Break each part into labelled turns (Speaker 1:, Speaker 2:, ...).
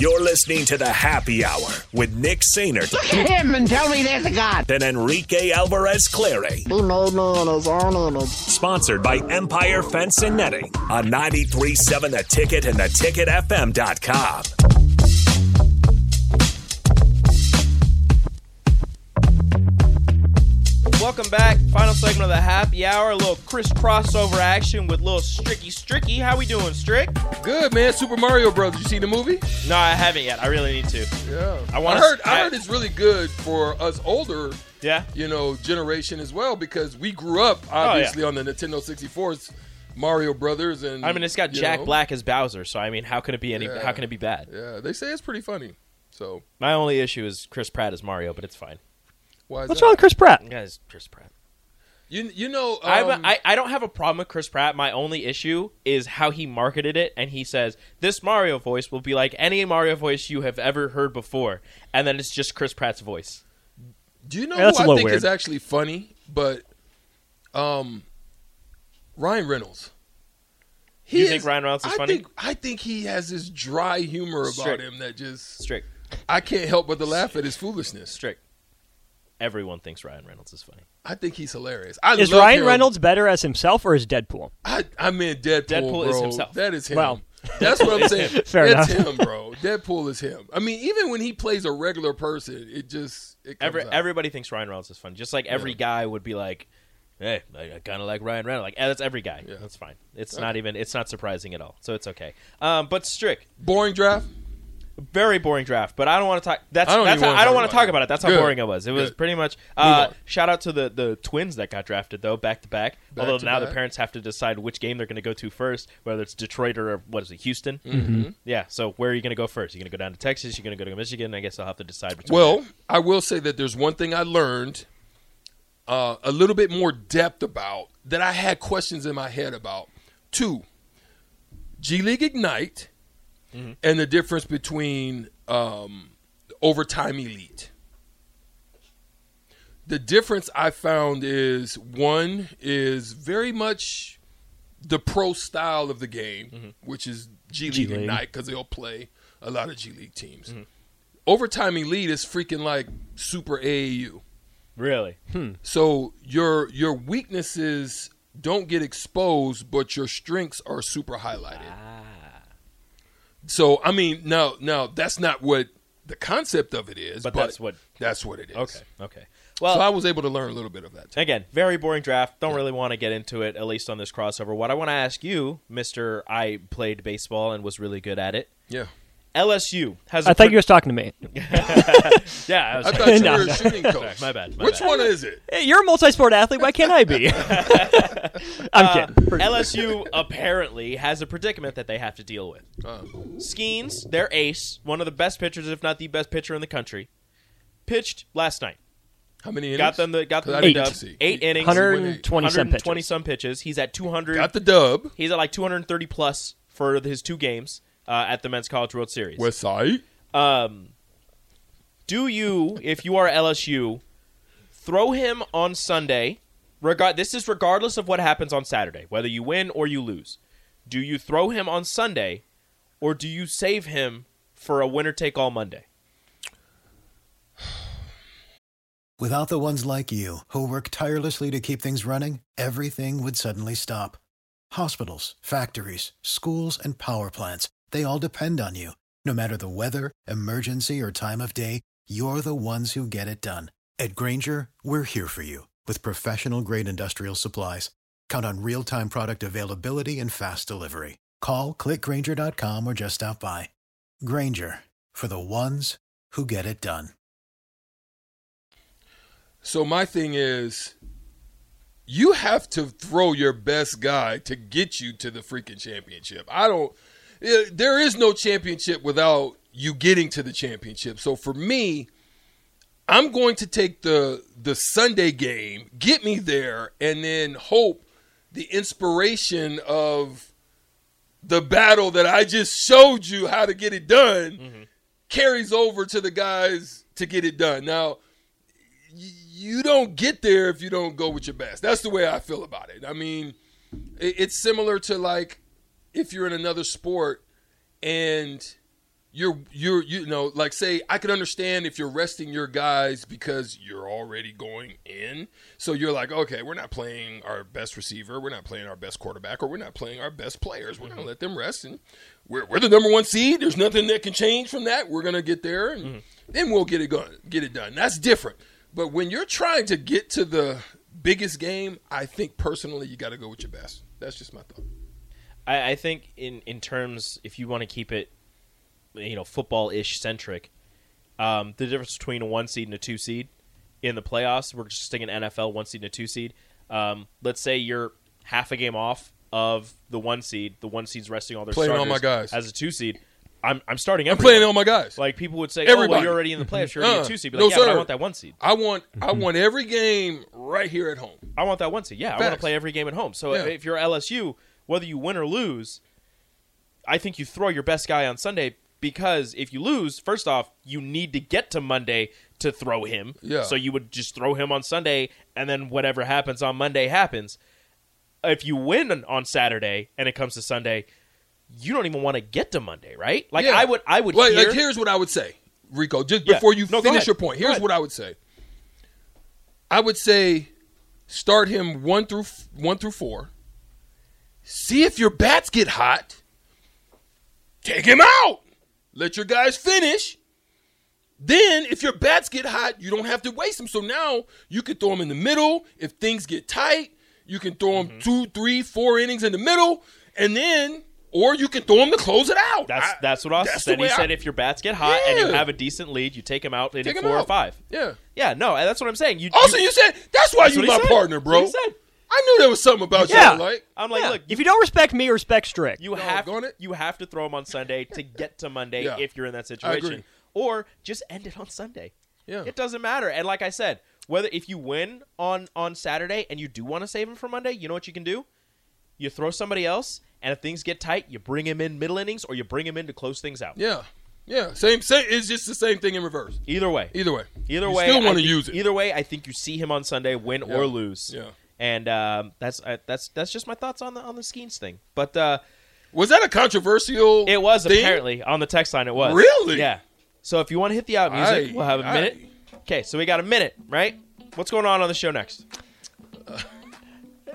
Speaker 1: You're listening to the Happy Hour with Nick Sainer
Speaker 2: Look at him and tell me there's a God.
Speaker 1: and Enrique Alvarez Clary. Sponsored by Empire Fence and Netting on 93.7 The Ticket and theticketfm.com.
Speaker 3: Welcome back. Final segment of the happy hour. A little Chris crossover action with little Stricky Stricky. How we doing, Strick?
Speaker 4: Good man, Super Mario Brothers. You seen the movie?
Speaker 3: No, I haven't yet. I really need to.
Speaker 4: Yeah.
Speaker 3: I wanna-
Speaker 4: heard. I,
Speaker 3: I-
Speaker 4: heard it's really good for us older,
Speaker 3: Yeah.
Speaker 4: you know, generation as well because we grew up
Speaker 3: Oh,
Speaker 4: obviously on the Nintendo 64's Mario Brothers and.
Speaker 3: I mean, it's got
Speaker 4: you
Speaker 3: Jack
Speaker 4: know,
Speaker 3: Black as Bowser, so I mean, how can it be any?
Speaker 4: Yeah.
Speaker 3: How can it be bad?
Speaker 4: Yeah, they say it's pretty funny. So
Speaker 3: My only issue is Chris Pratt as Mario, but it's fine.
Speaker 4: why is
Speaker 5: What's
Speaker 4: that?
Speaker 5: wrong with Chris Pratt?
Speaker 3: You guys, Chris Pratt.
Speaker 4: You you know. Um,
Speaker 3: I, I I don't have a problem with Chris Pratt. My only issue is how he marketed it, and he says this Mario voice will be like any Mario voice you have ever heard before, and then it's just Chris Pratt's voice.
Speaker 4: Do you know
Speaker 5: Yeah, that's
Speaker 4: who
Speaker 5: a
Speaker 4: I
Speaker 5: little
Speaker 4: think
Speaker 5: weird.
Speaker 4: is actually funny? But, um, Ryan Reynolds. He
Speaker 3: You think Ryan Reynolds is
Speaker 4: I
Speaker 3: funny?
Speaker 4: Think, I think he has this dry humor about
Speaker 3: Strict.
Speaker 4: him that just
Speaker 3: Strict,
Speaker 4: I can't help but to laugh at his foolishness.
Speaker 3: strict. Everyone thinks Ryan Reynolds is funny.
Speaker 4: I think he's hilarious. I
Speaker 5: Is
Speaker 4: love
Speaker 5: Ryan
Speaker 4: him.
Speaker 5: Reynolds better as himself or as Deadpool?
Speaker 4: I, I mean Deadpool.
Speaker 3: Deadpool is
Speaker 4: bro.
Speaker 3: himself.
Speaker 4: That is him.
Speaker 5: Well.
Speaker 4: that's what I'm saying.
Speaker 5: Fair
Speaker 4: it's
Speaker 5: enough.
Speaker 4: him, bro. Deadpool is him. I mean, even when he plays a regular person, it just it comes
Speaker 3: Every,
Speaker 4: out.
Speaker 3: everybody thinks Ryan Reynolds is funny. Just like every guy would be like, "Hey, I, I kind of like Ryan Reynolds." Like eh, that's every guy. That's fine. It's not even. It's not surprising at all. So it's okay. Um, but strict,
Speaker 4: boring draft.
Speaker 3: very boring draft. But I don't want to talk. That's
Speaker 4: I don't
Speaker 3: that's
Speaker 4: even
Speaker 3: how,
Speaker 4: wanna
Speaker 3: I don't
Speaker 4: talk
Speaker 3: want to
Speaker 4: about
Speaker 3: talk
Speaker 4: it.
Speaker 3: about it. That's how
Speaker 4: Good.
Speaker 3: boring it was. It was
Speaker 4: Good.
Speaker 3: pretty much. Uh,
Speaker 4: on.
Speaker 3: shout out to the the twins that got drafted though, back to back.
Speaker 4: Back
Speaker 3: Although
Speaker 4: to
Speaker 3: now the
Speaker 4: back.
Speaker 3: parents have to decide which game they're going to go to first, whether it's Detroit or what is it, Houston. Mm-hmm. Yeah. So where are you going to go first? You're going to go down to Texas. You're going to go to Michigan. I guess they'll have to decide. Between
Speaker 4: Well, I will say that there's one thing I learned uh, a little bit more depth about that I had questions in my head about. Two, G League Ignite and the difference between um, Overtime Elite. The difference I found is one is very much the pro style of the game, which is G League,
Speaker 5: League.
Speaker 4: Ignite because they'll play a lot of G League teams. Overtime Elite is freaking like Super AAU.
Speaker 3: really,
Speaker 4: So your your weaknesses don't get exposed, but your strengths are super highlighted.
Speaker 3: Ah.
Speaker 4: So I mean, now now that's not what the concept of it is,
Speaker 3: But
Speaker 4: but,
Speaker 3: that's what-
Speaker 4: that's what it is.
Speaker 3: okay, okay. Well,
Speaker 4: So I was able to learn a little bit of that. Too.
Speaker 3: Again, very boring draft. Don't really want to get into it, at least on this crossover. What I want to ask you, Mister, I played baseball and was really good at it.
Speaker 4: Yeah,
Speaker 3: LSU has. a
Speaker 5: I thought
Speaker 3: pr-
Speaker 5: you was talking to me.
Speaker 3: Yeah, I was
Speaker 4: I thought you
Speaker 5: No.
Speaker 4: were a shooting coach.
Speaker 3: my bad, my
Speaker 4: Which
Speaker 3: bad.
Speaker 4: one is it?
Speaker 5: Hey, Eh, you're a multi-sport athlete. Why can't I be? I'm kidding.
Speaker 3: LSU apparently has a predicament that they have to deal with. Skeens, their ace, one of the best pitchers, if not the best pitcher in the country, pitched last night.
Speaker 4: How many? Innings?
Speaker 3: Got them the got
Speaker 4: 'Cause
Speaker 3: them
Speaker 4: I
Speaker 3: the dub.
Speaker 4: didn't get to see.
Speaker 3: Eight innings,
Speaker 5: 120 some
Speaker 3: 120
Speaker 5: pitches.
Speaker 3: some pitches. He's at 200.
Speaker 4: Got the dub.
Speaker 3: he's at like 230 plus for his two games uh, at the Men's College World Series.
Speaker 4: West Side.
Speaker 3: Um, do you, if you are LSU, throw him on Sunday? Regard this is regardless of what happens on Saturday, whether you win or you lose. Do you throw him on Sunday, or do you save him for a winner take all Monday?
Speaker 6: Without the ones like you, who work tirelessly to keep things running, everything would suddenly stop. Hospitals, factories, schools, and power plants, they all depend on you. No matter the weather, emergency, or time of day, you're the ones who get it done. At Granger, we're here for you with professional grade industrial supplies. Count on real time product availability and fast delivery. Call clickgranger.com or just stop by. Granger for the ones who get it done.
Speaker 4: So my thing is, you have to throw your best guy to get you to the freaking championship. I don't. eh, There is no championship without you getting to the championship. So for me, I'm going to take the the Sunday game, get me there, and then hope the inspiration of the battle that I just showed you how to get it done carries over to the guys to get it done. Now, y- you don't get there if you don't go with your best. That's the way I feel about it. I mean, it- it's similar to like if you're in another sport and you're you're you know like say I could understand if you're resting your guys because you're already going in. So you're like, okay, we're not playing our best receiver, we're not playing our best quarterback, or we're not playing our best players. We're gonna let them rest, and we're, we're the number one seed. There's nothing that can change from that. We're gonna get there, and then we'll get it done. Get it done. That's different. But when you're trying to get to the biggest game, I think personally you got to go with your best. That's just my thought.
Speaker 3: I, I think in in terms, if you want to keep it, you know, football ish centric, um, the difference between a one seed and a two seed in the playoffs, we're just sticking NFL one seed and a two seed. Um, let's say you're half a game off of the one seed. The one seed's resting all their
Speaker 4: Playing all
Speaker 3: starters
Speaker 4: my guys.
Speaker 3: as a two seed. I'm I'm starting.
Speaker 4: I'm playing
Speaker 3: everyone.
Speaker 4: all my guys.
Speaker 3: Like people would say, "Oh, well,
Speaker 4: Everybody.
Speaker 3: you're already in the playoffs. You're already
Speaker 4: Uh,
Speaker 3: a two seed." But
Speaker 4: no,
Speaker 3: like, yeah, but I
Speaker 4: sir.
Speaker 3: want that one seed.
Speaker 4: I want I want every game right here at home.
Speaker 3: I want that one seed. Yeah, I want to
Speaker 4: Facts.
Speaker 3: play every game at home. So
Speaker 4: Yeah.
Speaker 3: if you're LSU, whether you win or lose, I think you throw your best guy on Sunday because if you lose, first off, you need to get to Monday to throw him.
Speaker 4: Yeah.
Speaker 3: So you would just throw him on Sunday, and then whatever happens on Monday happens. If you win on- on Saturday and it comes to Sunday, you don't even want to get to Monday, right? Like
Speaker 4: Yeah.
Speaker 3: I would, I would
Speaker 4: Like,
Speaker 3: hear.
Speaker 4: like here's what I would say, Rico. Just
Speaker 3: Yeah.
Speaker 4: before you
Speaker 3: No, go ahead.
Speaker 4: finish your point,
Speaker 3: Go
Speaker 4: here's
Speaker 3: ahead.
Speaker 4: what I would say. I would say, start him one through f- one through four. See if your bats get hot. Take him out. Let your guys finish. Then, if your bats get hot, you don't have to waste them. So now you can throw them in the middle. If things get tight, you can throw
Speaker 3: Mm-hmm.
Speaker 4: them two, three, four innings in the middle, and then, or you can throw them to close it out.
Speaker 3: that's
Speaker 4: I-
Speaker 3: that's what I
Speaker 4: that's the
Speaker 3: said. He
Speaker 4: way I-
Speaker 3: said if your bats get hot and you
Speaker 4: Yeah.
Speaker 3: have a decent lead, you take him out in
Speaker 4: Take 'em
Speaker 3: four or
Speaker 4: out.
Speaker 3: five.
Speaker 4: Yeah.
Speaker 3: Yeah, no, that's what I'm saying. You
Speaker 4: Also, you, said that's why
Speaker 3: That's
Speaker 4: you
Speaker 3: what he
Speaker 4: my
Speaker 3: said.
Speaker 4: partner, bro.
Speaker 3: That's what he said.
Speaker 4: I knew there was something about
Speaker 5: Yeah.
Speaker 4: you. I Like,
Speaker 3: I'm like,
Speaker 5: Yeah.
Speaker 3: look,
Speaker 5: if you don't respect me, respect Strick.
Speaker 3: you have
Speaker 4: doggone it.
Speaker 3: you have to throw them on Sunday to get to Monday
Speaker 4: Yeah.
Speaker 3: if you're in that
Speaker 4: I agree.
Speaker 3: situation, or just end it on Sunday.
Speaker 4: Yeah.
Speaker 3: it doesn't matter. And like I said, whether if you win on on Saturday and you do want to save him for Monday, you know what you can do? You throw somebody else, and if things get tight, you bring him in middle innings or you bring him in to close things out.
Speaker 4: yeah, yeah, same, same. It's just the same thing in reverse.
Speaker 3: Either way,
Speaker 4: Either way,
Speaker 3: Either
Speaker 4: You
Speaker 3: way,
Speaker 4: still
Speaker 3: I e
Speaker 4: want to
Speaker 3: think-
Speaker 4: use it.
Speaker 3: Either way, I think you see him on Sunday, win or lose.
Speaker 4: Yeah.
Speaker 3: and um, that's uh, that's that's just my thoughts on the on the Skeens thing. But uh,
Speaker 4: was that a controversial?
Speaker 3: it was
Speaker 4: thing?
Speaker 3: apparently on the text line. It was
Speaker 4: Really?
Speaker 3: yeah. So if you want to hit the out music,
Speaker 4: Aye,
Speaker 3: we'll have a
Speaker 4: aye.
Speaker 3: minute. Okay, so we got a minute, right? What's going on on the show next?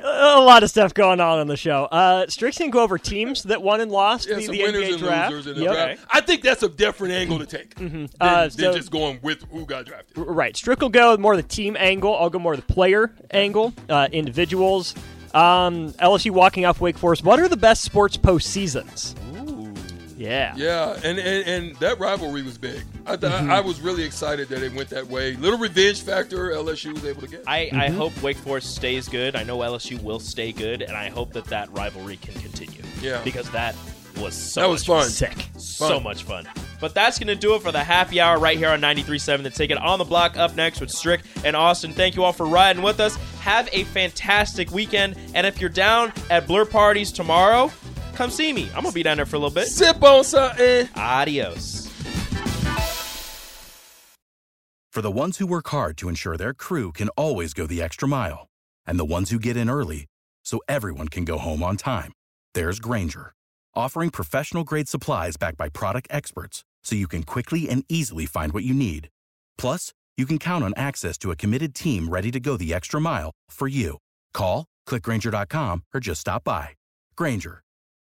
Speaker 5: a lot of stuff going on on the show. Uh, Strick's gonna go over teams that won and lost
Speaker 4: Yeah,
Speaker 5: the,
Speaker 4: some
Speaker 5: the
Speaker 4: winners
Speaker 5: NBA
Speaker 4: and
Speaker 5: draft.
Speaker 4: losers in the
Speaker 5: Yep.
Speaker 4: draft. I think that's a different angle to take.
Speaker 3: Mm-hmm.
Speaker 4: Than,
Speaker 5: Uh,
Speaker 4: than
Speaker 5: so-
Speaker 4: just going with who got drafted.
Speaker 5: Right. Strick will go more the team angle. I'll go more the player angle, uh, individuals. Um, LSU walking off Wake Forest. What are the best sports postseasons? Ooh. Yeah.
Speaker 4: Yeah, and, and and that rivalry was big. I th- I
Speaker 3: Mm-hmm.
Speaker 4: was really excited that it went that way. Little revenge factor LSU was able to get.
Speaker 3: I, I hope Wake Forest stays good. I know LSU will stay good, and I hope that that rivalry can continue.
Speaker 4: Yeah.
Speaker 3: because that was so
Speaker 4: that was
Speaker 3: much
Speaker 4: fun.
Speaker 5: Sick.
Speaker 3: So much fun. But that's going to do it for the happy hour right here on 93.7 The Ticket. On the block, up next with Strick and Austin. Thank you all for riding with us. Have a fantastic weekend. And if you're down at Blur Parties tomorrow, come see me. I'm going to be down there for a little bit.
Speaker 4: Sip on something.
Speaker 3: Adios.
Speaker 7: For the ones who work hard to ensure their crew can always go the extra mile, and the ones who get in early so everyone can go home on time, there's Granger, offering professional grade supplies backed by product experts so you can quickly and easily find what you need. Plus, you can count on access to a committed team ready to go the extra mile for you. Call, clickgranger.com, or just stop by. Granger,